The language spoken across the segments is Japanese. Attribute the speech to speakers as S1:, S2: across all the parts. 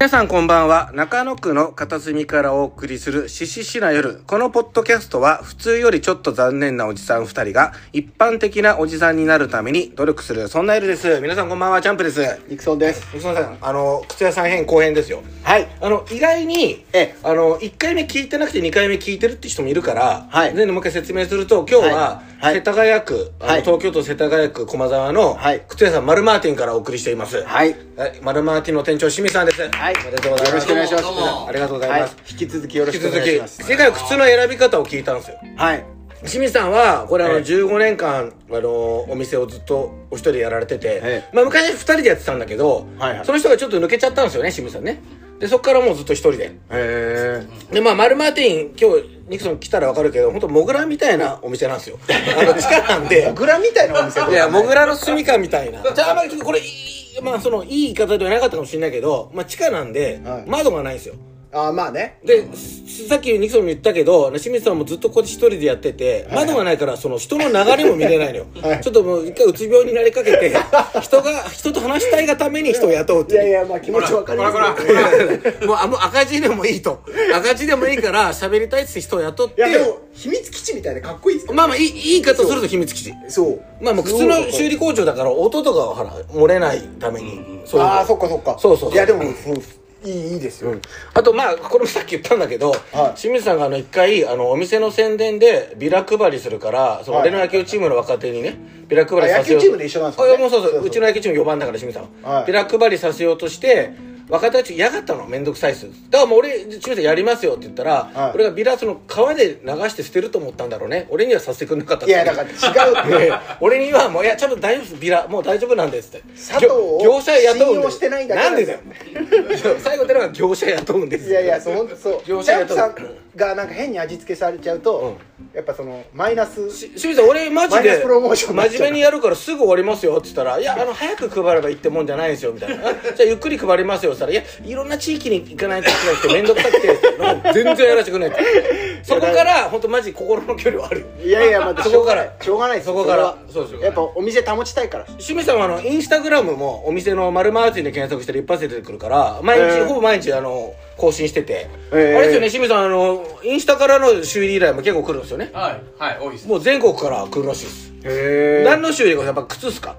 S1: 皆さんこんばんは。中野区の片隅からお送りするしししな夜。このポッドキャストは普通よりちょっと残念なおじさん二人が一般的なおじさんになるために努力する、そんな夜です。皆さんこんばんは、チャンプです。
S2: ニクソンです。
S1: 吉野さん、あの、靴屋さん編後編ですよ。
S2: はい。
S1: あの、意外に、
S2: ええ
S1: あの、1回目聞いてなくて2回目聞いてるって人もいるから、
S2: はい
S1: 全部もう一回説明すると、今日は、
S2: はいはい
S1: 世田谷区、あの
S2: はい
S1: 東京都世田谷区駒沢の、
S2: はい
S1: 靴屋さんマルマーティンからお送りしています。
S2: はい。
S1: はい、マルマーティンの店長清水さんです。
S2: はい
S1: おめでとうございます。
S2: よろしくお願いします
S1: どうもありがとうござ
S2: はいい
S1: ます。。
S2: 引き続きよろ
S1: 引
S2: し
S1: き
S2: くお
S1: 続
S2: 願いしま
S1: き、
S2: す。
S1: 世界は靴の選び方を聞いたんですよ。
S2: はい。
S1: 清水さんは、これあの、
S2: ええ
S1: 15年間、あの、お店をずっとお一人でやられてて、
S2: ええ
S1: まあ昔2人でやってたんだけど、
S2: はいはい
S1: その人がちょっと抜けちゃったんですよね、清水さんね。で、そこからもうずっと一人で。
S2: え
S1: で、まあ、マルマーティン、今日、ニクソン来たらわかるけど、本当モグラみたいなお店なんですよ。あ の、地下なんで。
S2: ー。グラみたいなお店
S1: いや、モグラの住みかみたいな。じゃあ、あんまりちょっとこれ、いい、まあ、その、いい言い方ではなかったかもしれないけど、まあ、地下なんで、
S2: はい
S1: 窓がないんですよ。
S2: あー、まあね。
S1: で、すさっきニクソンも言ったけど、清水さんもずっとここで一人でやってて、
S2: い
S1: 窓がないから、その人の流れも見れないのよ。
S2: はい
S1: ちょっともう一回うつ病になりかけて、 人が、人と話したいがために人を雇うって
S2: い
S1: いう
S2: やいや、まあ気持ちわかりますけど。
S1: もうあもう赤字でもいいと赤字でもいいから喋りたいって人を雇っ
S2: い
S1: て
S2: や、でも、秘密基地みたいでかっこいいですけど
S1: まあまあいいいい言い方すると秘密基地
S2: そう。
S1: まあまあ靴の修理工場だから音とかはほら漏れないために、そういうの
S2: ああ、そっかそっか。
S1: そうそうそう
S2: いや、でも、そういい、いいですよ。
S1: あとまあこれもさっき言ったんだけど、
S2: はい
S1: 清水さんがあの一回あのお店の宣伝でビラ配りするからその
S2: はい
S1: 俺の野球チームの若手にねビラ配り
S2: あ
S1: させよう
S2: 野球チームで一緒なんですか
S1: あ
S2: ね
S1: いやもうそうそう
S2: そうそう
S1: うちの野球チーム4番だから清水さんは、
S2: はい
S1: ビラ配りさせようとして若手たち嫌がったの面倒くさいっすだからもう俺清水さんやりますよって言ったら、
S2: はい
S1: 俺がビラその川で流して捨てると思ったんだろうね俺にはさせてくれなかったっ
S2: い
S1: てう
S2: や、だから 違うって。
S1: で俺にはもう「いやちょっと大丈夫ですビラもう大丈夫なんです」って
S2: 佐藤を
S1: 業業者雇うん
S2: 信
S1: で
S2: 用
S1: す
S2: してないだけ
S1: なん
S2: なん
S1: で
S2: で
S1: だ
S2: す
S1: よ
S2: よ
S1: 最後ってのは業者雇うんです
S2: いやいや、そう、そう。ジ
S1: 業者
S2: ャ
S1: や
S2: ン
S1: と
S2: プさんがなんか変に味付けされちゃうと、やっぱその、マイナス。
S1: し清水さん俺マジ
S2: マイナ
S1: で
S2: スプロモーションになっちゃう
S1: 真面目にやるからすぐ終わりますよって言ったら「いやあの早く配ればいいってもんじゃないですよ」みたいなあ「じゃあゆっくり配りますよ」って言ったら「いやいろんな地域に行かないといけなくて面倒くさくて」なんか全然やらせてくれない ってそこから本当マジ心の距離はあるよ
S2: いやいや、まあ、
S1: そこから
S2: しょうがないです
S1: そこから
S2: それ
S1: そ
S2: は
S1: うそう
S2: やっぱお店保ちたいから。
S1: 清水さんはあのインスタグラムもお店の「丸マーチン」で検索したら一発で出てくるから毎日、
S2: えー
S1: ほぼ毎日あの更新してて、
S2: えー
S1: あれですよね清水さんあのインスタからの修理依頼も結構来るんですよね
S3: はい、はい、多いです。
S1: もう全国から来るらしいです、
S2: へ
S1: 何の修理がやっぱ靴っすか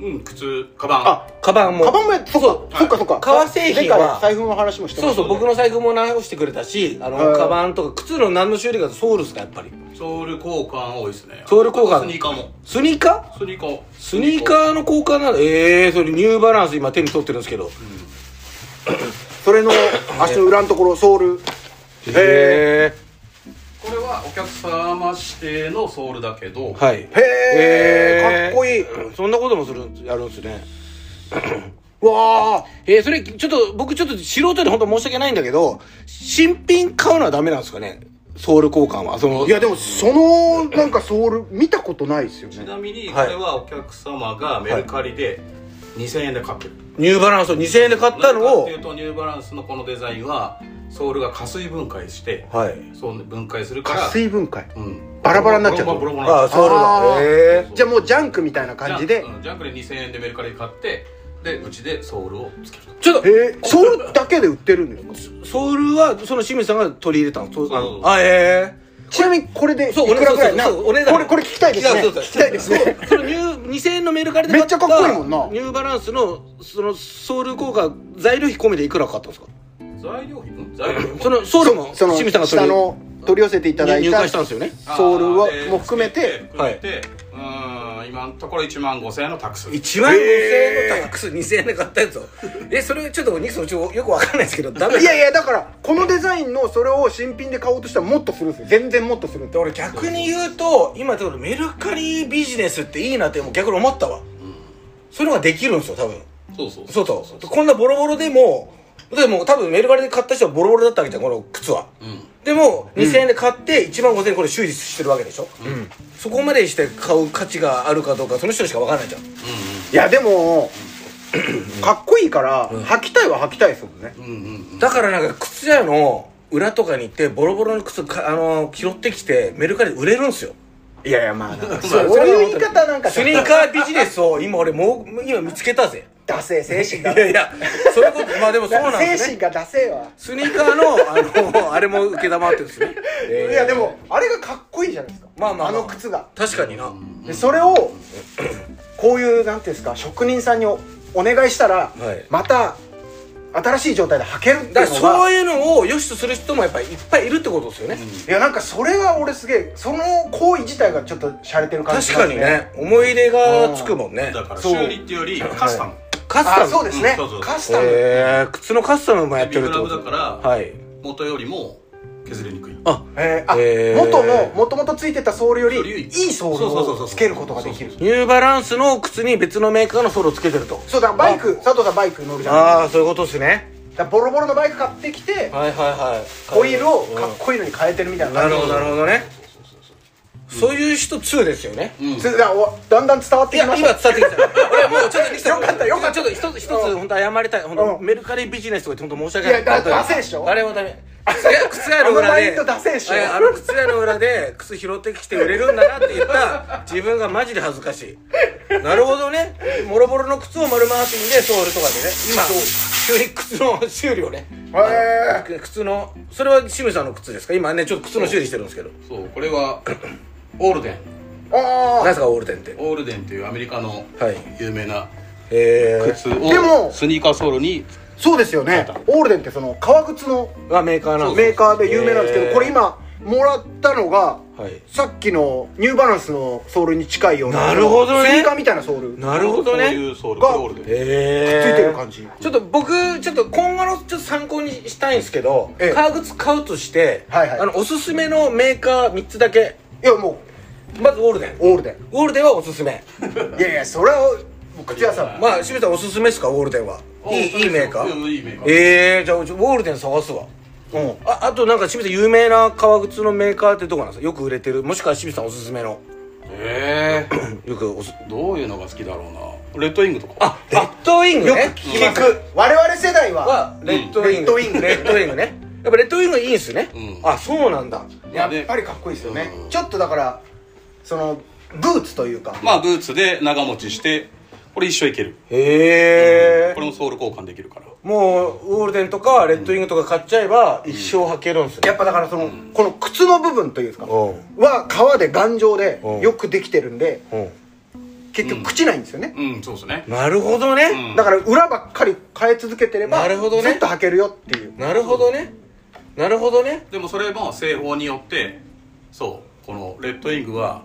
S3: うん、靴、カバン。
S2: あ、
S1: カバンも
S2: カバンもやって、そっか、そっか、そっか。
S1: 革製品は
S2: 前回財布の話もしてま
S1: そう
S2: した
S1: そう僕の財布も直してくれたしあの、
S2: はい
S1: カバンとか靴の何の修理かソウルっすかやっぱり
S3: ソール交換多いですね。
S1: ソール交換
S3: あとスニーカーも。
S1: スニーカー
S3: スニーカー。
S1: スニーカーの交換なのええー、それニューバランス今手に取ってるんですけど、
S2: それの足の裏のところ、ソール。へ
S1: へえ
S3: これはお客様指定のソールだけど、
S1: はいへ
S2: へーかっこいい。
S1: そんなこともするやるんですね
S2: わあ。
S1: えー、それちょっと僕ちょっと素人で本当申し訳ないんだけど新品買うのはダメなんですかねソウル交換はその
S2: いや、でも、その、なんかソール、見たことないですよ
S3: ち
S2: ね。
S3: なみにこ
S1: はい
S3: れはお客様がメルカリで2000円で買ってる。
S1: ニューバランスを2000円で買ったの
S3: なん
S1: を
S3: でかっていうとニューバランスのこのデザインはソールが加水分解して、
S1: はい
S3: そう分解するから、
S2: 加水分解。
S3: うん、
S2: バラバラになっちゃう
S3: ボロボロボロボロ
S1: ああ
S3: になっちゃう
S1: ソウル
S2: あ
S1: が
S2: ー
S1: へえ
S2: じゃあもうジャンクみたいな感じで
S3: ジャ。ンうんジャンクで2000円でメルカリで買って、でうちでソールをつけると。
S1: ちょっと
S2: へえ。ソールだけで売ってるんですか
S1: ソウルはその清水さんが取り入れたのそう
S3: そうそう
S1: あえ
S2: ちなみに、これで、
S1: え
S2: いくらぐらいな
S1: そう
S2: こ
S1: お値段
S2: れ、これ聞きたいですね。
S1: やそうそう
S2: 聞きたいですね。
S1: そうそのニュー2000円のメルカリで買
S2: めっちゃかっこいいもんな
S1: ニューバランスのそのソウル効果材料費込みでいくらかかったんですか
S3: 材料費ん材料費
S1: そのソウルも
S2: その、
S1: 清水さんが
S2: 下の、取り寄せていただ
S1: に
S2: い
S1: 入
S2: た
S1: 会したんですよね
S2: ソールはも含めて、
S3: 含めて、うーん今のところ1万5000円のタックス
S1: 1万5000円のタックス2000円で買ったやつをえそれちょっとニクソンちょよくわかんないですけどダメ
S2: いやいやだからこのデザインのそれを新品で買おうとしたらもっとするんですよ全然もっとするんで
S1: で俺逆に言うと今ちょっとメルカリビジネスっていいなってもう逆に思ったわ、そういうのができるんですよ多分
S3: そうそう
S1: そうそうこんなボロボロでもでも多分メルカリで買った人はボロボロだったわけじゃんこの靴は、
S3: うん
S1: でも2000円で買って1万5000円これ修理してるわけでしょ、そこまでして買う価値があるかどうかその人にしか分かんないじゃん
S2: いやでもかっこいいから履きたいは履きたいですもんね
S3: うんうんうん
S1: だからなんか靴屋の裏とかに行ってボロボロの靴か、あのー拾ってきてメルカリで売れるんすよ
S2: い やいやまあなんか
S1: まあ
S2: そういう言い方なんか
S1: スニーカービジネスを今俺もう今見つけたぜ
S2: ダセえ精 神
S1: い
S2: が
S1: やいやそういうことまあでもそうなんです
S2: 精
S1: ね
S2: 神がダセえわ
S1: スニーカーのあのあれも受け玉ってるんです ね、えー
S2: いやでもあれがかっこいいじゃないですか
S1: まあまあまあ
S2: の靴が
S1: 確かにな、
S2: でそれをこういうなんていうんですか職人さんにおお願いしたら、
S1: はい
S2: また新しい状態で履けるってい
S1: だ
S2: う
S1: から
S2: の
S1: そ
S2: が
S1: ういうのを良しとする人もやっぱりいっぱいいるってことですよね、
S2: いやなんかそれが俺すげえその行為自体がちょっと洒落てる感じ
S1: 確かにね思い出がつくもんね
S3: だから
S2: そう
S3: 修理っていうよりカスタム
S1: カスタム
S2: あそうです
S3: う
S2: ね
S3: んそうそう
S2: カスタム
S1: えー、靴のカスタムもやってるってこと
S3: ビブラブだから
S1: はい
S3: 元よりも削れにくい
S1: あ
S2: えーあ
S1: えー
S2: 元のもともとついてたソールよ
S3: より
S2: りいいソー
S3: そうそうそう
S2: ル
S3: そ
S2: を
S3: う
S2: つけることができる
S1: ニューバランスの靴に別のメーカーのソールをつけてると
S2: そうだバイク佐藤さんバイク乗るじゃん
S1: ああそういうことですね
S2: だからボロボロのバイク買ってきて
S1: はいはいはい
S2: ホイールをかっこいいのに変えてるみたいな
S1: な
S2: 感
S1: る
S2: じ
S1: ほどなるほどねそういう人2ですよね
S3: うん
S2: それだからおだんだん伝わっ
S1: い
S2: てき
S1: や
S2: ま
S1: 今
S2: し
S1: 伝わ
S2: た
S1: ってきたいやもうちょっとできた
S2: よかったよかった
S1: ちょっと一つ一つ本当謝りたい本当
S2: うん
S1: メルカリビジネスとか言って本当申し訳ない
S2: いやだダセえっしょ
S1: あれはダメ靴屋靴屋の
S2: あの
S1: 裏
S2: マイン
S1: で
S2: ドダセえっしょ
S1: いやあの靴屋の裏で靴拾ってきて売れるんだなって言った自分がマジで恥ずかしいなるほどねもろもろの靴を丸回しにでソールとかでね今急に靴の修理をね
S2: へ
S1: 靴のそれは清水さんの靴ですか今ねちょっと靴の修理してるんですけど
S3: そうこれは オールデン
S2: ー
S1: 何
S2: あー
S1: ですかオールデンって
S3: オールデンというアメリカの
S1: はい
S3: 有名な
S1: え
S3: 靴を
S2: でも
S3: スニーカーソールに
S2: そうですよねオールデンってその革靴の
S1: ー、がメーカーなん
S2: メ
S1: で
S2: ーカーで有名なんですけ
S1: へ
S2: ど
S1: ー
S2: これ今もらったのが
S1: すはい
S2: さっきのニューバランスのソールに近いような
S1: なるほどね
S2: スニーカーみたいなソール
S1: なるほどね
S3: こういうソール
S2: が
S3: これオールデン
S1: え
S2: ついてる感じ
S1: ちょっと僕ちょっと今後のちょっと参考にしたいんですけど、
S2: ええ
S1: 革靴買うとして、
S2: はいはい
S1: あのおすすめのメーカー3つだけ
S2: いやも
S1: まずオールデン
S2: うオールデ
S1: オールデンはおすすめ
S2: ンいやいやそれをもう靴屋さん
S1: まあ清水さんおすすめですかオールデンは
S3: お
S1: いい
S3: そうです
S1: いいメーカ
S3: う
S1: ー
S3: んいいメーカー
S1: ええじゃあうちオールデン探すわ
S2: うん
S1: ああとなんか清水さん有名な革靴のメーカーってどこなんですかよく売れてるもしくは清水さんおすすめの
S3: え
S1: よくおす
S3: ー、どういうのが好きだろうなレッドウィングとか
S1: あレッドウィング
S2: よく
S1: ね
S2: 聞く我々世代は
S1: はレッドウィン
S2: う
S1: グ
S2: んレッドウィング
S1: レッドウィングねやっぱレッドウィングいいんすね、
S3: うん
S1: あそうなんだ
S2: やっぱりかっこいいですよね
S3: うん
S2: ちょっとだからそのブーツというか
S3: まあブーツで長持ちしてこれ一生いける
S1: へえ
S3: これもソール交換できるから
S1: もうオールデンとかレッドウィングとか買っちゃえば一生履けるんすね
S2: やっぱだからそのこの靴の部分というんですか
S1: うん
S2: は革で頑丈で
S1: うん
S2: よくできてるんで
S1: う
S2: 結局朽ちないんですよね
S3: うんそうですね
S1: んなるほどね、
S3: うん
S2: だから裏ばっかり変え続けてれば
S1: なるほどね
S2: ずっと履けるよっていう
S1: なるほどねなるほどね
S3: でもそれも製法によってそうこのレッドウィングは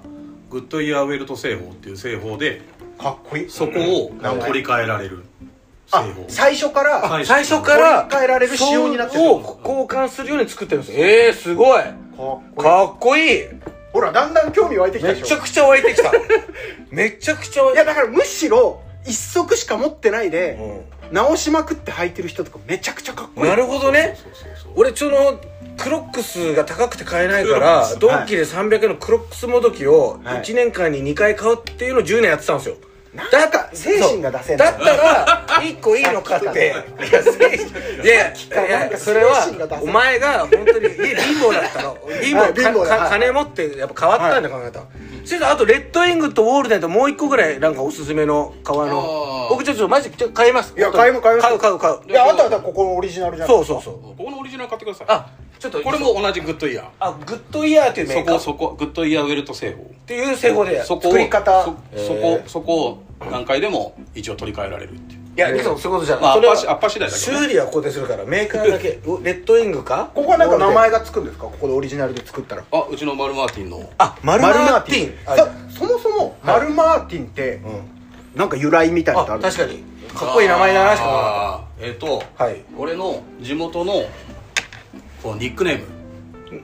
S3: グッドイヤーウェルト製法っていう製法で
S2: かっこいい
S3: そこを
S2: うん
S3: 取り替えられる製
S2: あ
S3: 法
S2: 最初から
S3: はい
S1: 最初から
S2: 取り替えられる仕様になってる
S1: ソールを交換するように作ってるんですよええー、すごい
S2: こう
S1: かっこいい
S2: ほらだんだん興味湧いてきた
S1: め
S2: で
S1: ち
S2: し
S1: ゃ
S2: ょ
S1: くちゃ湧いてき ためちゃくちゃ湧い
S2: い
S1: て
S2: や
S1: きた
S2: だからむしろ一足しか持ってないで直しまくって履いてる人とかめちゃくちゃかっこいい
S1: なるほどね
S3: そうそうそう
S1: 俺そのクロックスが高くて買えないから
S2: ク
S1: ド
S2: ロッ
S1: ン
S2: クス
S1: キで300円のクロックスもどきを
S2: はい
S1: 1年間に2回買うっていうのを10年やってたんですよ
S2: なんか精神が出せんな
S1: そうだったら1個いいの買ってい や精神いや
S2: から
S1: いや
S2: なんか
S1: それは
S2: 精神が出せ
S1: お
S2: ない
S1: 前が本当に家貧乏だった の貧
S2: はい貧
S1: 乏
S2: 乏
S1: か
S2: だ
S1: か
S2: はい
S1: 金持ってやっぱ変わったんだ考えたそれとあとレッドウィングとウォールデンともう1個ぐらいなんかおすすめの革の
S3: あー
S1: 僕ちょっとマジでちょっと買います
S2: いや買いも買います
S1: 買う買う買う
S2: いやあとはだからここのオリジナルじゃん
S1: そうそうそう
S3: ここのオリジナル買ってください
S1: あちょっと
S3: これも同じグッドイヤ
S1: あグッドイヤーっていう
S3: ー
S1: メ
S3: そ
S1: ーカ
S3: こ
S1: ー
S3: そこグッドイヤーウェルト製法
S1: っていう製法で
S3: そこを
S2: 作り方
S3: そ
S1: へー
S3: そこそこを何回でも一応取り替えられるっていう
S1: いやでもそういうことじゃない、
S3: まあ
S1: それは
S3: アッパーしアッパー次第だけどね
S1: 修理はここでするからメーカーだ けうレッドウィングか
S2: ここはなんか名前がつくんですかここでオリジナルで作ったら
S3: あうちのマルマーティンの
S1: あマルマーティン
S2: マルマーティンさそもそもマルマーティンってなんか由来みたいな
S1: あ
S2: のってあるんです
S1: 確かにかっこいい名前だなしかも
S3: あーえっ、と、
S1: はい
S3: 俺の地元のこうニックネーム、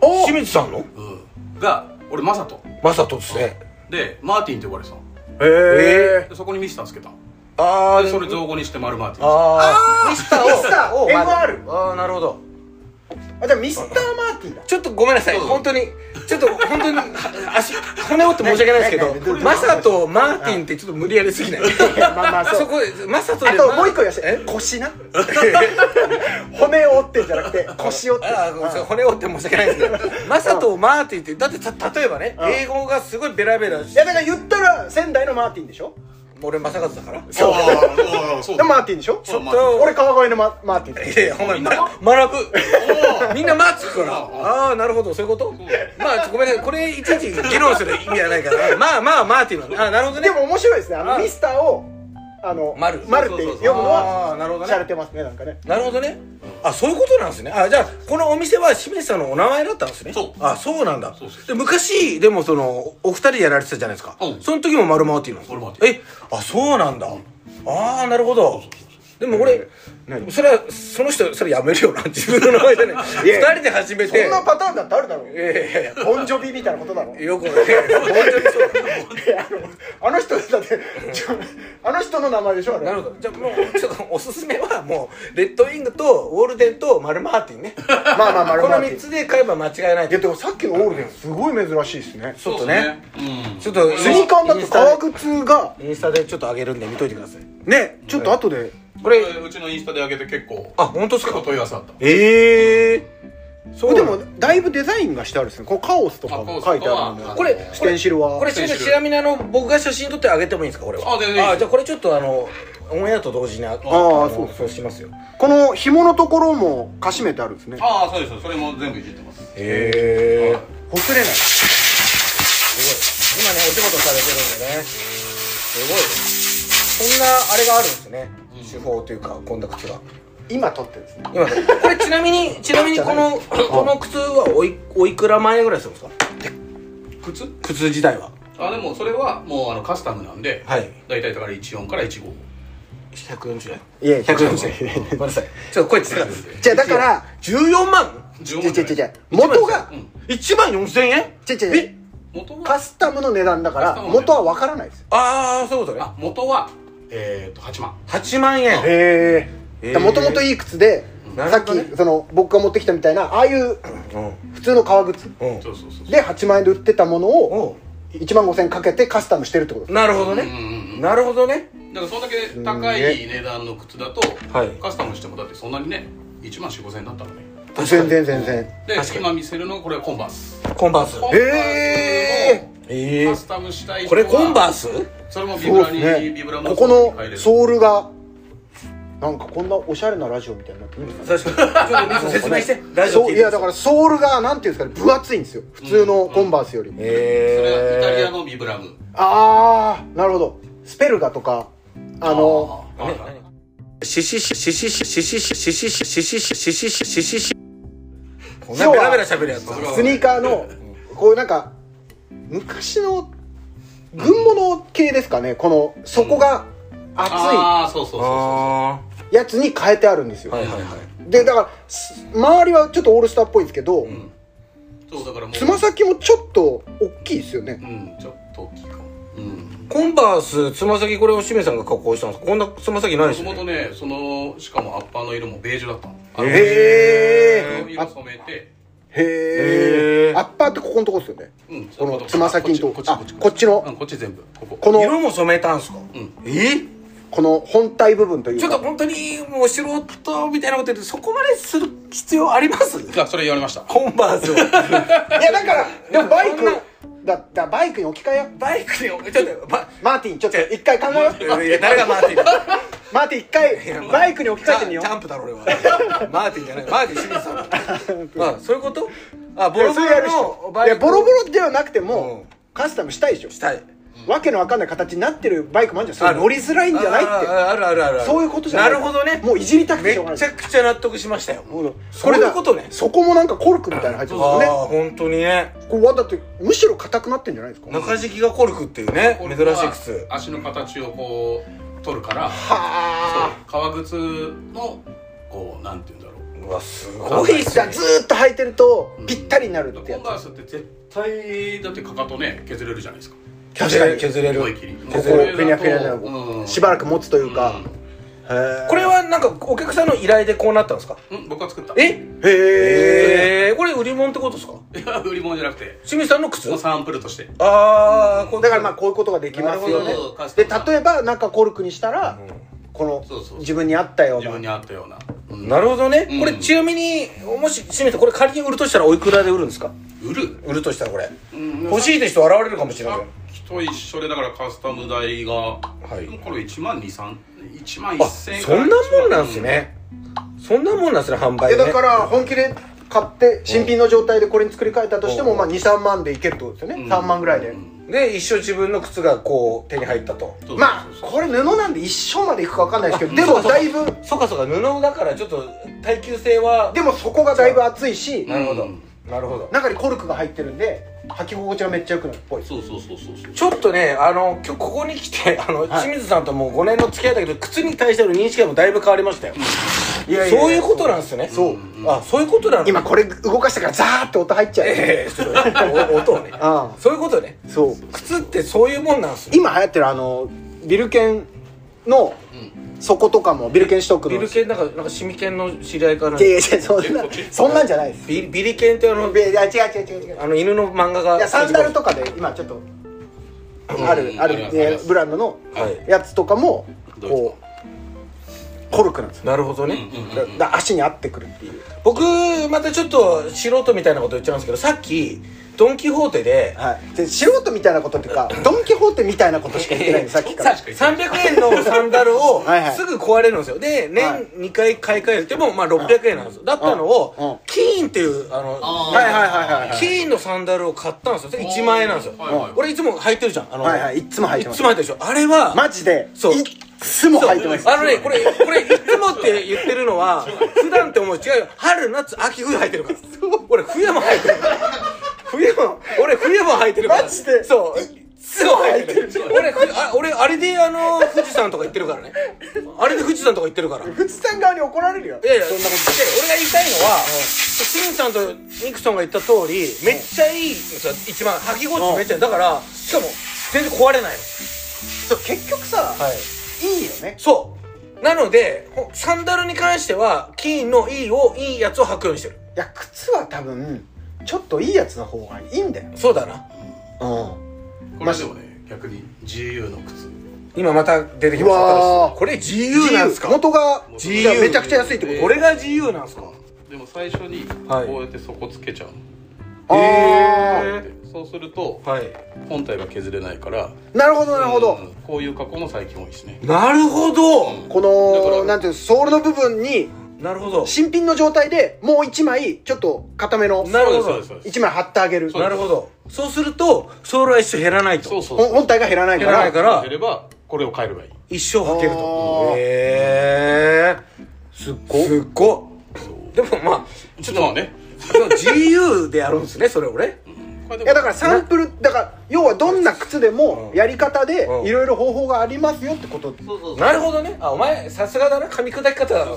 S2: お
S1: 清水さんの
S3: うんが俺マサト
S1: マサトですね
S3: でマーティンって呼ばれてたの
S2: へえ
S3: でそこにミスターつけた
S1: あ
S3: でそれ造語にして丸マーティン
S1: あーミスターを
S2: ミスター
S1: をまだ
S2: MR
S1: ああなるほど
S2: じゃあミスターマーティンだ
S1: ちょっとごめんなさい
S3: うん
S1: 本当にちょっと本当には足骨折って申し訳 ないです
S2: ね
S1: けど
S2: ねね
S1: マサトマーティンってちょっと無理やりすぎない
S2: まあまあ そう
S1: そこでマサトで
S2: あともう一個言わせ
S1: え
S2: て腰 な骨を折ってんじゃなくて腰折って
S1: ああごめんなさい骨折って申し訳ないですけどマサトをマーティンってだってた例えばね
S2: ん
S1: 英語がすごいベラベラし
S2: いやだから言ったら仙台のマーティンでしょ
S1: 俺正和だから
S3: そうああそう
S2: で
S3: だ
S2: マーティンでしょ
S1: ち
S3: そう
S1: ょ
S3: マ
S1: っ
S3: ーティン
S1: と
S2: 俺川越のママーティン
S1: いやいや、ほんまに、ま、学ぶ。みんな待つから。ああ、なるほど、そういうこと。まあ、ごめんなさい、これいちいち議論する意味はないから。まあまあ、マーティーのね。ああ、なるほどね
S2: で。も面白いですねあ
S1: あ
S2: のミスターをあの
S1: 丸
S2: って読むの
S1: あ
S2: は
S1: ーなるほど
S2: しゃれ
S1: ね。
S2: てますねなんかね
S1: なるほどね。あ、そういうことなんですね。あ、じゃあ、このお店は清水さんのお名前だったんですね。
S3: そう
S1: あ、そうなんだ
S3: そうそう。
S1: で、昔、でもその、お二人でやられてたじゃないですか
S3: う。ん
S1: その時も丸マーティーなんですか
S3: 丸マーテ
S1: え、あ、そうなんだ。ああ、なるほど。でも俺、
S2: 何
S1: それは、その人、それやめるよな。自分の名前じゃない。
S2: いや
S1: 二人で始めて。
S2: そんなパターンだってあるだろ
S1: いやいやいや
S2: ボンジョビみたいなことだろ
S1: よくね、 本当にそう
S2: あの人だってちょあの人の名前でしょあれ
S1: なるほど。じゃあもう、ちょっとおすすめはもう、レッドウィングとウォールデンとマルマーティンね。
S2: まあまあまあ
S1: この
S2: マーテ
S1: 3
S2: ィン
S1: つで買えば間違いない
S2: いやでもさっきのオールデンすごい珍しいですね
S1: ちょっとね。
S3: うん
S1: ちょっと、
S2: スニーカーだって革靴が
S1: インスタでちょっと上げるんで見といてください。
S2: ねちょっと後で
S1: こ
S3: こ
S1: れ
S3: れ、うちのインスタで上げて結構
S1: あ、本当です
S3: 結構
S1: か
S3: 問い合わせあった
S1: ええー。そう
S2: で
S1: なの
S2: もだいぶデザインがしてあるんですねこうカオスとかも書いてあるんで
S3: あカオスとかは
S1: これ、
S2: ステンシルは
S1: これ、ちょっとちなみにあの、僕が写真撮ってあげてもいいんですか、これは。
S3: あ全然いいです
S1: じゃあこれちょっとあの、オンエアと同時にあ、あ
S2: あ
S1: の
S2: そうそう
S1: そうしますよ。
S2: この紐のところもかしめてあるんですね
S3: ああそうですそれも全部いじってます
S1: へえー。
S2: ほつれない
S1: すごい今ねお仕事されてるんでねすごいそんなあれがあるんですね、手法というかコンダクトが
S2: 今撮ってるんですね
S1: 今これちなみにちなみにこのこの靴はおいおいくら万円ぐらいするんですか
S3: 靴
S1: 靴自体は
S3: あでもそれはもうあのカスタムなんで
S1: はい
S3: 大体だから14から15
S1: 140円
S2: いや
S1: 140円ごめんなさいちょっと声ちっちゃかったです
S2: じゃあだから
S1: 14万
S2: 違う
S3: 15
S2: 違う
S3: じゃな
S2: 違う
S3: い
S2: 元が
S3: うん
S1: 1万4000円
S2: 違う違う違う
S3: 元
S2: カ
S3: は
S2: スタムの値段だか
S3: カス
S2: ら
S3: タムの値
S2: 元
S3: 段
S2: は分からないですよ
S1: ああそういうことね
S3: あ元はえっと8万
S1: 8万円
S2: へ
S1: へえ
S2: えもともといい靴で
S1: なる
S2: さっ
S1: ほどね
S2: きその僕が持ってきたみたいなああいう
S1: うんうん
S2: 普通の革靴
S3: そうそうそうそう
S2: で8万円で売ってたものを
S1: お
S2: 1万5000円かけてカスタムしてるってことです
S1: なるほど
S3: うん
S1: ね
S3: うんうんだ
S1: なるほどね
S3: からそんだけ高い値段の靴だと
S1: はい
S3: カスタムしてもだってそんなにね1万4 5千円だったのね
S2: 全然全然
S3: で
S1: 確かに
S3: 今見せるのがこれはコンバース
S1: コンバース
S3: コンバ
S2: へ
S3: ー
S1: え
S2: ー
S3: ス
S1: え
S3: をカスタムしたい人は
S1: これコンバース
S3: それもビブ
S2: そう
S3: ラに
S2: で
S3: ビ
S2: す
S3: ブラ
S2: ね
S3: も
S2: ここ
S3: 入れ
S2: の
S3: る
S2: ソールがなんかこんなおしゃれなラジオみたいになってる
S1: 確かにちょっと水野説明してラジオ
S2: そ
S1: 聞
S2: う
S1: い
S2: い
S1: て
S2: やだからソールがなんていうんですかね分厚いんですよ普通のコンバースより
S3: それはイタリア
S1: え
S3: のビブラム
S2: ああなるほどスペルガとかあの
S3: あーあ
S1: えシシシシシシシシシシシシシシシシシシシこんな
S2: 今日
S1: ベ
S2: は
S1: ラベラ喋るやつ
S3: そう
S2: スニーカーのこういうなんか昔の軍物系ですかねこの底が厚
S3: あーそうそうそうそう
S1: あ
S2: いやつに変えてあるんですよ、
S1: ーはいはいはい
S2: でだからす周りはちょっとオールスターっぽいんですけど、
S3: うんそうだからもう
S2: つま先もちょっと大きいですよね
S3: うんちょっと大きいかもうん
S1: コンバースつま先これをしめさんが加工したんですかこんなつま先ないで
S3: も
S1: す
S3: と
S1: よ
S3: もと
S1: ね
S3: ねそのしかもアッパーの色もベージュだったの
S2: へ
S3: あの色染めて
S2: へ
S1: へー
S2: えアッパーってここのとこですよね
S3: うん
S2: このつま先のとこ
S3: こっちこっち
S2: あこっちの
S3: うんこっち全部ここ
S2: この
S1: 色も染めたんすか
S3: うん
S1: え
S2: この本体部分という
S1: ちょ
S2: か
S1: っと本当にもう素人みたいなこと言ってそこまでする必要あります
S3: あそれ言われました
S1: コンバースを
S2: いやだからでもバイ
S1: そ
S2: ク
S1: んな
S2: だった バイクに置き換えよう
S1: バイクでちょっとば
S2: マーティンちょっと一回考えよう
S1: いや誰が回ってる
S2: マーティン一回 バイクに置き換えてみよう
S1: ジャンプだろ俺はマーティンじゃないマーティン清水さんだ あそういうことあボロボ
S2: いやそれやる
S1: ロの
S2: 人
S1: バ
S2: い
S1: イ
S2: や
S1: ク
S2: ボロボロではなくて
S1: う
S2: も
S1: ん
S2: カスタムしたいでしょ
S1: したい
S2: わけのわかんない形になってるバイクもあるじゃんそ
S1: あ
S2: れ乗りづらいんじゃないっ
S1: あああるあるあるあ
S2: て
S1: る
S2: そういうことじゃない
S1: なるほどね
S2: もういじりたくてしょうが
S1: め
S2: ない
S1: ちゃくちゃ納得しましたよ
S2: なるほど
S1: そういうことね
S2: れだそこもなんかコルクみたいなの入って
S1: あ
S2: ますよね
S1: あ本当にね
S2: これはだってむしろ硬くなってんじゃないですか
S1: 中敷きがコルクっていうね
S3: これ
S1: 珍
S3: は
S1: しい靴
S3: 足の形をこう取るから
S2: は
S3: 革靴のこうなんて言うんだろう
S1: うわす
S2: あ
S1: ご
S2: お
S1: い
S2: い
S1: っ
S2: し
S1: す
S2: さ
S1: ね
S2: ずーっと履いてるとぴったりになるって
S3: コ
S2: や
S3: ンバー
S2: つ
S3: スって絶対だってかかとね削れるじゃないですか
S1: 削れる削れる
S3: 思い切り
S2: ここ
S1: 削れる
S2: ペニャペニャだよしばらく持つというかへー
S1: これはなんかお客さんの依頼でこうなったんですか
S3: うん僕は作った
S1: え
S2: へえ
S1: えーこれ売り物ってことですか
S3: いや 売り物じゃなくて
S1: 清水さんの靴
S3: もうサンプルとして
S1: ああこ
S2: だからまあこういうことができますよ
S1: な
S2: ね
S1: るほ
S3: ど
S2: で例えばなんかコルクにしたら、この
S3: そうそうそう
S2: 自分に合ったよう
S3: 自分に
S2: な
S3: 合ったような、うん
S1: なるほどね、
S3: うん
S1: これちなみにもし清水さんこれ仮に売るとしたらおいくらで売るんですか
S3: 売る
S1: 売るとしたらこれ、
S3: ん
S1: 欲しいって人現れるかもしれません
S3: 来と一緒でだからカスタム代が、
S1: い
S3: これ1万2三1万
S1: あ
S3: 1000円
S1: そんなもんなんすね、そんなもんなんすね販売
S2: え
S1: ね
S2: だから本気で買って新品の状態でこれに作り変えたとしても
S1: うん
S2: まあ23万でいけるってことですよね3万ぐらいで
S1: で一生自分の靴がこう手に入ったと
S2: まあこれ布なんで一生までいくか分かんないですけどでもだいぶ
S1: そうかそうか布だからちょっと耐久性は
S2: でもそこがだいぶ厚いし
S1: なるほど、
S3: うん
S1: なるほど
S2: 中にコルクが入ってるんで履き心地がめっちゃ良くなるっぽい
S3: そうそうそうそうそう
S1: ちょっとねあの今日ここに来てあの、
S2: はい
S1: 清水さんともう5年の付き合いだけど靴に対しての認識がもうだいぶ変わりましたよ
S2: いやいやいや
S1: そういうことなんですね
S2: そう
S1: あそういうことなの
S2: 今これ動かしたからザーって音入っちゃう
S1: ええすごいお音をね
S2: ああ
S1: そういうことね
S2: そう
S1: 靴ってそういうもんなんすね
S2: 今流行ってるあのビルケンの底とかもビルケンシトックの
S1: ビル犬なんかなんかシミ犬の知り合いから
S2: いやいやいやそんな
S3: えこっち
S2: そんなんじゃないです
S1: ビビリ犬ってあの
S2: いや違う違う違う違う
S1: あの犬の漫画が
S2: いやサンダルとかで今ちょっとある、
S3: うん
S2: あ
S3: あり
S2: る、
S3: ますあり
S2: え
S3: ます
S2: ブランドの
S1: はい
S2: やつとかも
S3: どうです
S2: こうコルクなんですよ
S1: なるほどね、
S3: うんうん
S2: だだ足に合ってくるっていう
S1: 僕またちょっと素人みたいなこと言っちゃうんですけどさっきドン・キホーテで
S2: はいで素人みたいなことっていうかドン・キホーテみたいなことしか言ってないんでさっきから
S3: 確かに
S1: 300円のサンダルを
S2: はいはい
S1: すぐ壊れるんですよで
S2: はい
S1: 年2回買い替えてもまあ600円なんですよだったの
S2: うんうん
S1: をキーンっていうあの
S3: あー
S2: はいはいはいはい
S1: キーンのサンダルを買ったんですよそれ1万円なんですよ
S3: はいはい
S1: 俺いつも履いてるじゃんあの
S2: はいはいいっつも履いてま
S1: いつ
S2: す
S1: も履いてるでしょあれは
S2: マジで
S1: そう
S2: いっつも履いてます
S1: あのねこれこれいつもって言ってるのは普段って思う違うよ春夏秋冬履いてるから俺冬も履いてるから冬も俺冬も履いてるから
S2: マジで
S1: そういつも履いてる
S3: いつも履いてる
S1: 俺ふあ俺あれであの富士山とか行ってるからねあれで富士山とか行ってるからい
S2: 富士山側に怒られるよ
S1: やいやそんなことで俺が言いたいのは清水さんとニクソンが言った通りめっちゃいいんですよ一番履き心地めっちゃいいだからしかも全然壊れない
S2: そう結局さ
S1: はい
S2: いいよね
S1: そうなのでほサンダルに関しては金のいいをいいやつを履くようにしてる
S2: いや靴は多分ちょっといいやつの方がいいんだよ
S1: そうだな
S2: うん
S3: これでもね逆に GU の靴
S1: 今また出てきまし
S2: うわ
S1: た
S2: ー
S1: これ自由なんすか
S2: 元が
S3: 元
S2: じゃあめちゃくちゃ安いってこと
S1: これが自由なんすか
S3: でも最初に
S1: はい
S3: こうやって底つけちゃうの、
S2: あ
S1: え
S2: ー
S1: ー
S3: そうすると
S1: はい
S3: 本体が削れないから
S2: なるほどなるほど
S3: うんこういう加工も最近多いですね
S1: なるほど、
S2: こ
S3: だか
S2: の
S3: ら
S2: なんていうのソールの部分に
S1: なるほど
S2: 新品の状態でもう一枚ちょっと固めの
S1: なるほど
S3: そうですそうです
S2: 一枚貼ってあげる
S3: そう
S1: なるほどそうするとソールは一生減らないと
S3: そうそうそう
S2: ほ本体が減らないか
S1: 減ら
S2: ら
S1: ないから
S3: 出ればこれを変えればいい
S1: 一生履ける
S2: あ
S1: と
S2: ー
S1: へえすっごすっごでもまあ
S3: ちょっとまあね
S1: でも自由でやるんですねそれ俺
S3: これで
S2: い
S3: も
S2: やだからサンプルだから要はどんな靴でもやり方で
S1: うん
S2: いろいろ方法がありますよってこと
S3: そうそうそう
S1: なるほどねあお前さすがだな噛み砕き方だろ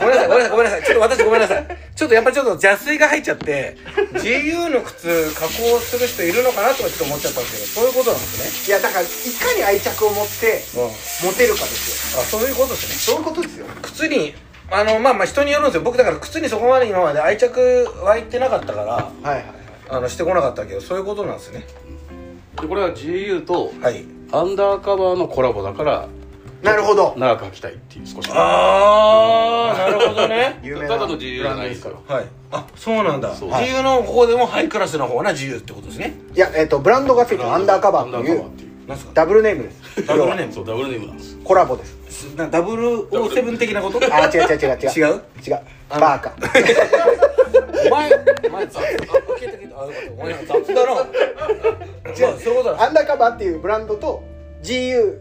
S1: ごめんなさいごめんなさいごめんなさいちょっと私ごめんなさいちょっとやっぱりちょっと邪水が入っちゃって GU の靴加工する人いるのかなとかちょっと思っちゃったんですけどそういうことなんですね
S2: いやだからいかに愛着を持って
S1: うんあ
S2: 持てるかですよ
S1: そういうことですね
S2: そういうことですよ
S1: 靴にあのまあまあ人によるんですよ僕だから靴にそこまで今まで愛着湧いてなかったから
S2: はいはいはい
S1: あのしてこなかったけどそういうことなんですね
S3: でこれは GU と
S1: はい
S3: アンダーカバーのコラボだから
S2: なるほど
S3: 長く履きたいっていう少した
S1: ああなるほどね
S2: 有名な
S3: だの GU じゃないですか ら
S1: はいあそうなんだ
S3: そう
S1: GU のここでもハイクラスの方な GU ってことですね
S2: いやえっとブランドがついたアンダーカバー
S3: ア
S2: と
S3: ン
S2: い
S3: ダーカ
S2: う
S3: バーっていう
S1: なんすか
S2: ダブルネームです
S1: ダブルネーム
S3: そうダブルネームなんです
S2: コラボです
S1: なダブルオーセブン的なこと
S2: あー違う違う違う
S1: 違
S2: 違う
S1: う
S2: 違うバーカ
S1: お前お前雑あ受けたけどあよかったお前なんか雑だなまあそういうことだ
S2: アンダーカバーっていうブランドと GU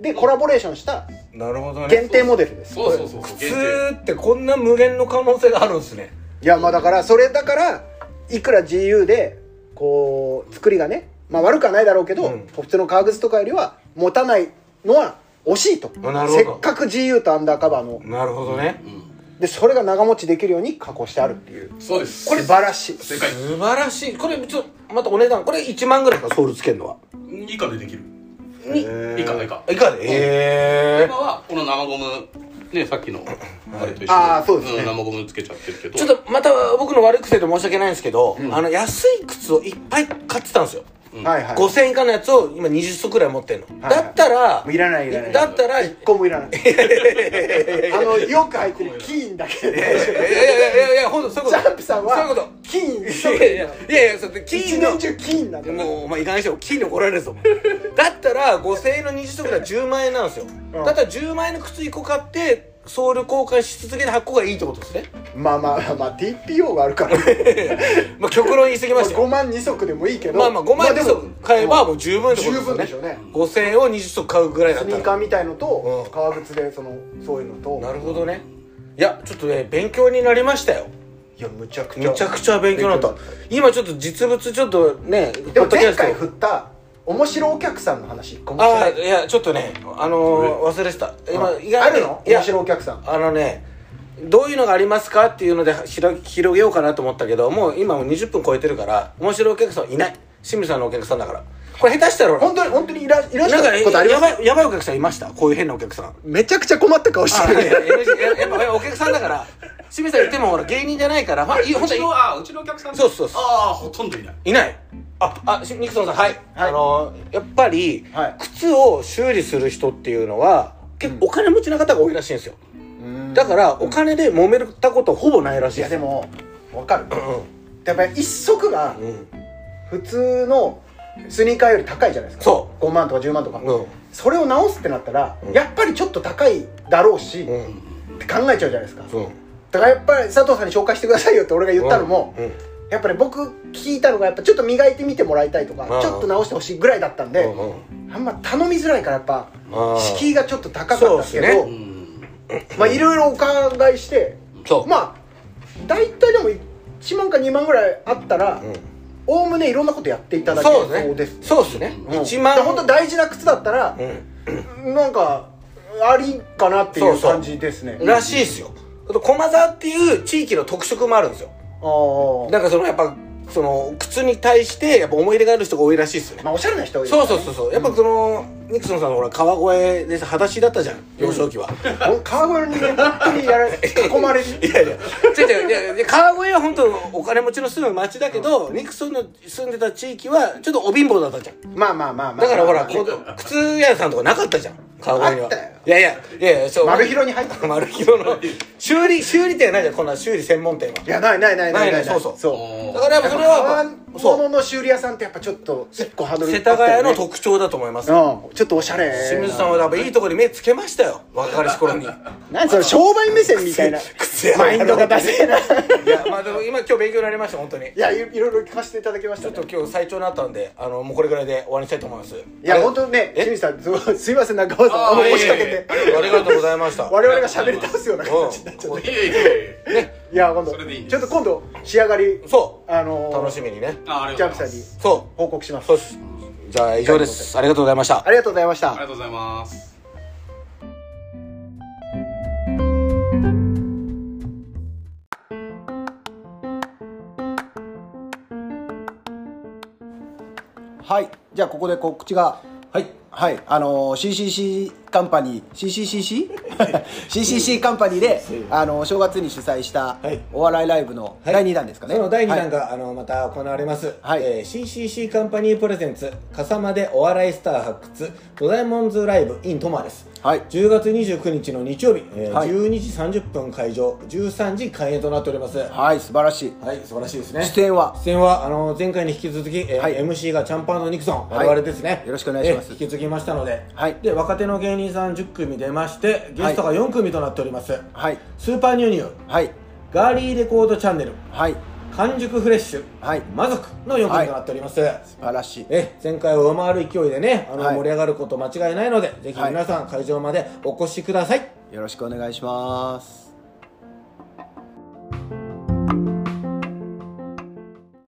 S2: でコラボレーションした
S1: なるほど
S2: 限定モデルです
S3: そうそうそうそう
S1: 靴
S3: 限定
S1: ってこんな無限の可能性があるんですね
S2: いやまあだからそれだからいくら GU でこう作りがねまあ悪くはないだろうけど、
S1: うん
S2: 普通の革靴とかよりは持たないのは惜しいと
S1: あなるほ
S2: せ
S1: ど
S2: っかく GU とアンダーカバーの
S1: なるほどね
S3: うん
S2: でそれが長持ちできるように加工してあるっていう
S3: そうです
S2: これ素晴らしい
S3: 正解
S1: 素晴らしいこれちょっとまたお値段これ1万ぐらいかソウルつけるのは
S3: 以下でできる
S1: に
S3: 以下以下
S1: いかがでへえ
S3: 今はこの生ゴムねさっきのあれと一緒で
S2: あーそうですね
S3: ん生ゴムつけちゃってるけど
S1: ちょっとまた僕の悪い癖で申し訳ないんですけど、あの安い靴をいっぱい買ってたんですよ
S2: はいはい
S1: 5000円以下のやつを今20足くらい持ってんの、
S2: はい
S1: だったら
S2: いらないいらない
S1: だったら
S2: 一個もいら ないあのよく入ってるキーンだけ
S1: いやいやいやいや、ほんと、そういうこと。
S2: ジャンプさんは
S1: そういうこと。
S2: 金
S1: いやいやいやいやそれ
S2: 一
S1: 金の
S2: 年中金なんだから
S1: もうお前いかないでしょ金に怒られるぞお前だったら5000円の20足だったら10万円なんですよ、
S2: ん
S1: だったら10万円の靴1個買ってソウル交換し続けて発行がいいってことですね
S2: まあまあまあ TPO があるから
S1: まあ極論言い過ぎましたよ
S2: 5万2足でもいいけど
S1: まあまあ5万円
S2: で
S1: で
S2: も
S1: も買えばもう十分ってことですよね
S2: 十分でしょうね
S1: 5000円を20足買うぐらいだ
S2: ス
S1: っ
S2: ニ
S1: た
S2: ーカ
S1: ら
S2: ーみたいの
S1: う
S2: と
S1: ん
S2: 革靴でそのそういうのと
S1: なるほどねいやちょっとね勉強になりましたよ
S2: いやむちゃくちゃ
S1: めちゃくちゃ勉強になった今ちょっと実物ちょっとね
S2: でも前
S1: ポッドキャ
S2: 回
S1: ス
S2: 振
S1: ト
S2: った面白お客さんの話一個もして
S1: あ
S2: な
S1: あ
S2: い
S1: いやちょっとねあのー忘れてた今、
S2: うん
S1: 意外
S2: あ
S1: に
S2: るの
S1: いや
S2: 面白お客さん
S1: あのねどういうのがありますかっていうのでひら広げようかなと思ったけどもう今もう20分超えてるから面白いお客さんはいない清水さんのお客さんだからこれ下手したらほら
S2: 本当に本当にいらいらっし
S1: なん
S2: ゃ
S1: か
S2: ることあり
S1: や
S2: ます
S1: ばいやばいお客さんいましたこういう変なお客さ ん
S2: めちゃくちゃ困った顔し
S1: あ
S2: て
S1: いやいや
S2: る
S1: NG ややっぱお客さんだから清水さん言ってもほら芸人じゃないからまあいい
S3: いや
S1: ほ
S3: うん
S1: と
S3: ち
S1: に
S3: のあうちのお客さん
S1: そうそうそう
S3: ああほとんどいない
S1: いないああしニクソンさんはい、あのーやっぱり、
S2: はい
S1: 靴を修理する人っていうのは結構お金持ちな方が多いらしいんですよ、
S2: うん
S1: だからお金で揉めたことほぼないらしい
S2: いやで
S1: も
S2: もわかるやっぱり一足が
S1: うん、うん
S2: 普通のスニーカーより高いじゃないですか
S1: そ
S2: 5万とか10万とか、
S1: うん
S2: それを直すってなったら、
S1: うん
S2: やっぱりちょっと高いだろうし、
S1: う
S2: っ
S1: ん
S2: て考えちゃうじゃないですか、
S1: そう
S2: だからやっぱり佐藤さんに紹介してくださいよって俺が言ったのも、
S1: うんうん
S2: やっぱり僕聞いたのがやっぱちょっと磨いてみてもらいたいとか、
S1: うん
S2: ちょっと直してほしいぐらいだったんで、
S1: うん
S2: あんま頼みづらいからやっぱ
S1: うん
S2: 敷居がちょっと高かったんですけど
S1: そう
S3: う
S1: で
S3: ん
S2: まあいろいろお考えして
S1: そう、
S2: まあ大体でも1万か2万ぐらいあったら
S1: うん
S2: おおむねいろんなことやっていただける
S1: そう
S2: そう
S1: で
S2: です
S1: ね
S2: す
S1: そうですね
S2: うん
S1: 1万
S2: だから本当大事な靴だったら、なんかありかなってい
S1: そう
S2: う
S1: そう
S2: 感じですね
S1: うんらしいですよあと駒沢っていう地域の特色もあるんですよ
S2: あ
S1: なんかそのやっぱその靴に対してやっぱ思い入れがある人が多いらしいですよ
S2: あ
S1: ね
S2: まあおしゃれな人多い
S1: そうそうそうそうやっぱそのニクソンさんのほら川越でさ裸足だったじゃん幼少期は、
S2: う川越にね本当にやられ囲まれる
S1: いやいや、違う違ういやいや、川越は本当お金持ちの住む町だけど、ニクソンの住んでた地域はちょっとお貧乏だったじゃん。
S2: まあまあまあまあ
S1: だからほら、
S2: まあ
S1: こう靴屋さんとかなかったじゃん。川越には。
S2: あったよ
S1: いやいや、いやいや、そう。
S2: 丸広に入った
S1: 丸広の修理、修理店ないじゃん、こんな修理専門店は。
S2: いやないないないない
S1: ないないそうそう
S2: そう
S1: だからやっぱそれは、
S2: そ
S1: そ
S2: の修理屋さんってやっぱちょっと一個ハード
S1: う。
S2: ル
S1: 世田谷の
S2: 高
S1: 特徴だと思います。
S2: うんちょっとおしゃれ
S1: 清水さんはやっぱいいところに目つけましたよ。若かりし 頃に。
S2: 何それ商売目線みたいな
S1: 靴屋
S2: マインドがダセえない
S1: いや、まあでも今今日勉強になりました、本当に。
S2: やいいろいろ聞かせていただきま
S1: ち
S2: した
S1: ょっ
S2: ね
S1: と今日最長になったんで、あの、もうこれぐらいで終わりにしたいと思います。い
S2: いや本当ね
S1: え
S2: 清水さんそうすいません中川さ
S3: あ
S2: ん
S3: ー
S2: 押しかけ
S3: いえいえ
S2: て
S1: ありがとうございました。
S2: 我々が喋り倒すような感じになっちゃっ
S1: うん
S3: いやいやいやいや
S2: たいや今度
S3: それでいいんで
S2: ち
S3: す
S2: ょっと今度仕上がり
S1: そ
S2: あの
S1: う。
S2: ー
S1: 楽しみにね。
S3: ああり
S2: ジャ
S3: が
S2: ン
S3: とう
S2: プ
S1: そ
S2: さんに報
S3: ございます
S2: 告しま
S1: う。
S2: す
S1: そうっす。じゃあ以上です。ありがとうございました
S2: あ。りがとうございました
S3: ありがとうございます
S2: はいじゃあここで告知がはいはいあのー CCC カンパニー CCCC? CCC カンパニーで、あのー正月に主催した
S1: はい
S2: お笑いライブの第2弾ですかね、
S1: その第2
S2: は
S1: 弾
S2: い
S1: が、あのまた行われます、
S2: はい
S1: えー CCC カンパニープレゼンツ「笠間でお笑いスター発掘ドラえもんズライブ in トマ」です、
S2: はい
S1: 10月29日の日曜日、えー
S2: はい
S1: 12時30分会場13時開演となっておりますは
S2: はい素晴らしい
S1: い、素晴らしいですね
S2: 出演は
S1: 出演はあの前回に引き続き、えー
S2: はい
S1: MC がチャンパーのニクソン、
S2: はい
S1: 我々ですね
S2: よろしくお願いします
S1: えー引き継ぎましたので,、
S2: はい
S1: で若手の芸人さん10組出ましてゲストが4組となっております、
S2: はい
S1: スーパーニューニュー
S2: はい
S1: ガーリーレコードチャンネル
S2: はい
S1: 完熟フレッシュ、
S2: はい
S1: 魔族の4組となっております、
S2: 素晴らしい
S1: え前回を上回る勢いでねあの
S2: はい
S1: 盛り上がること間違いないので、ぜひ皆さん会場までお越しください、
S2: よろしくお願いします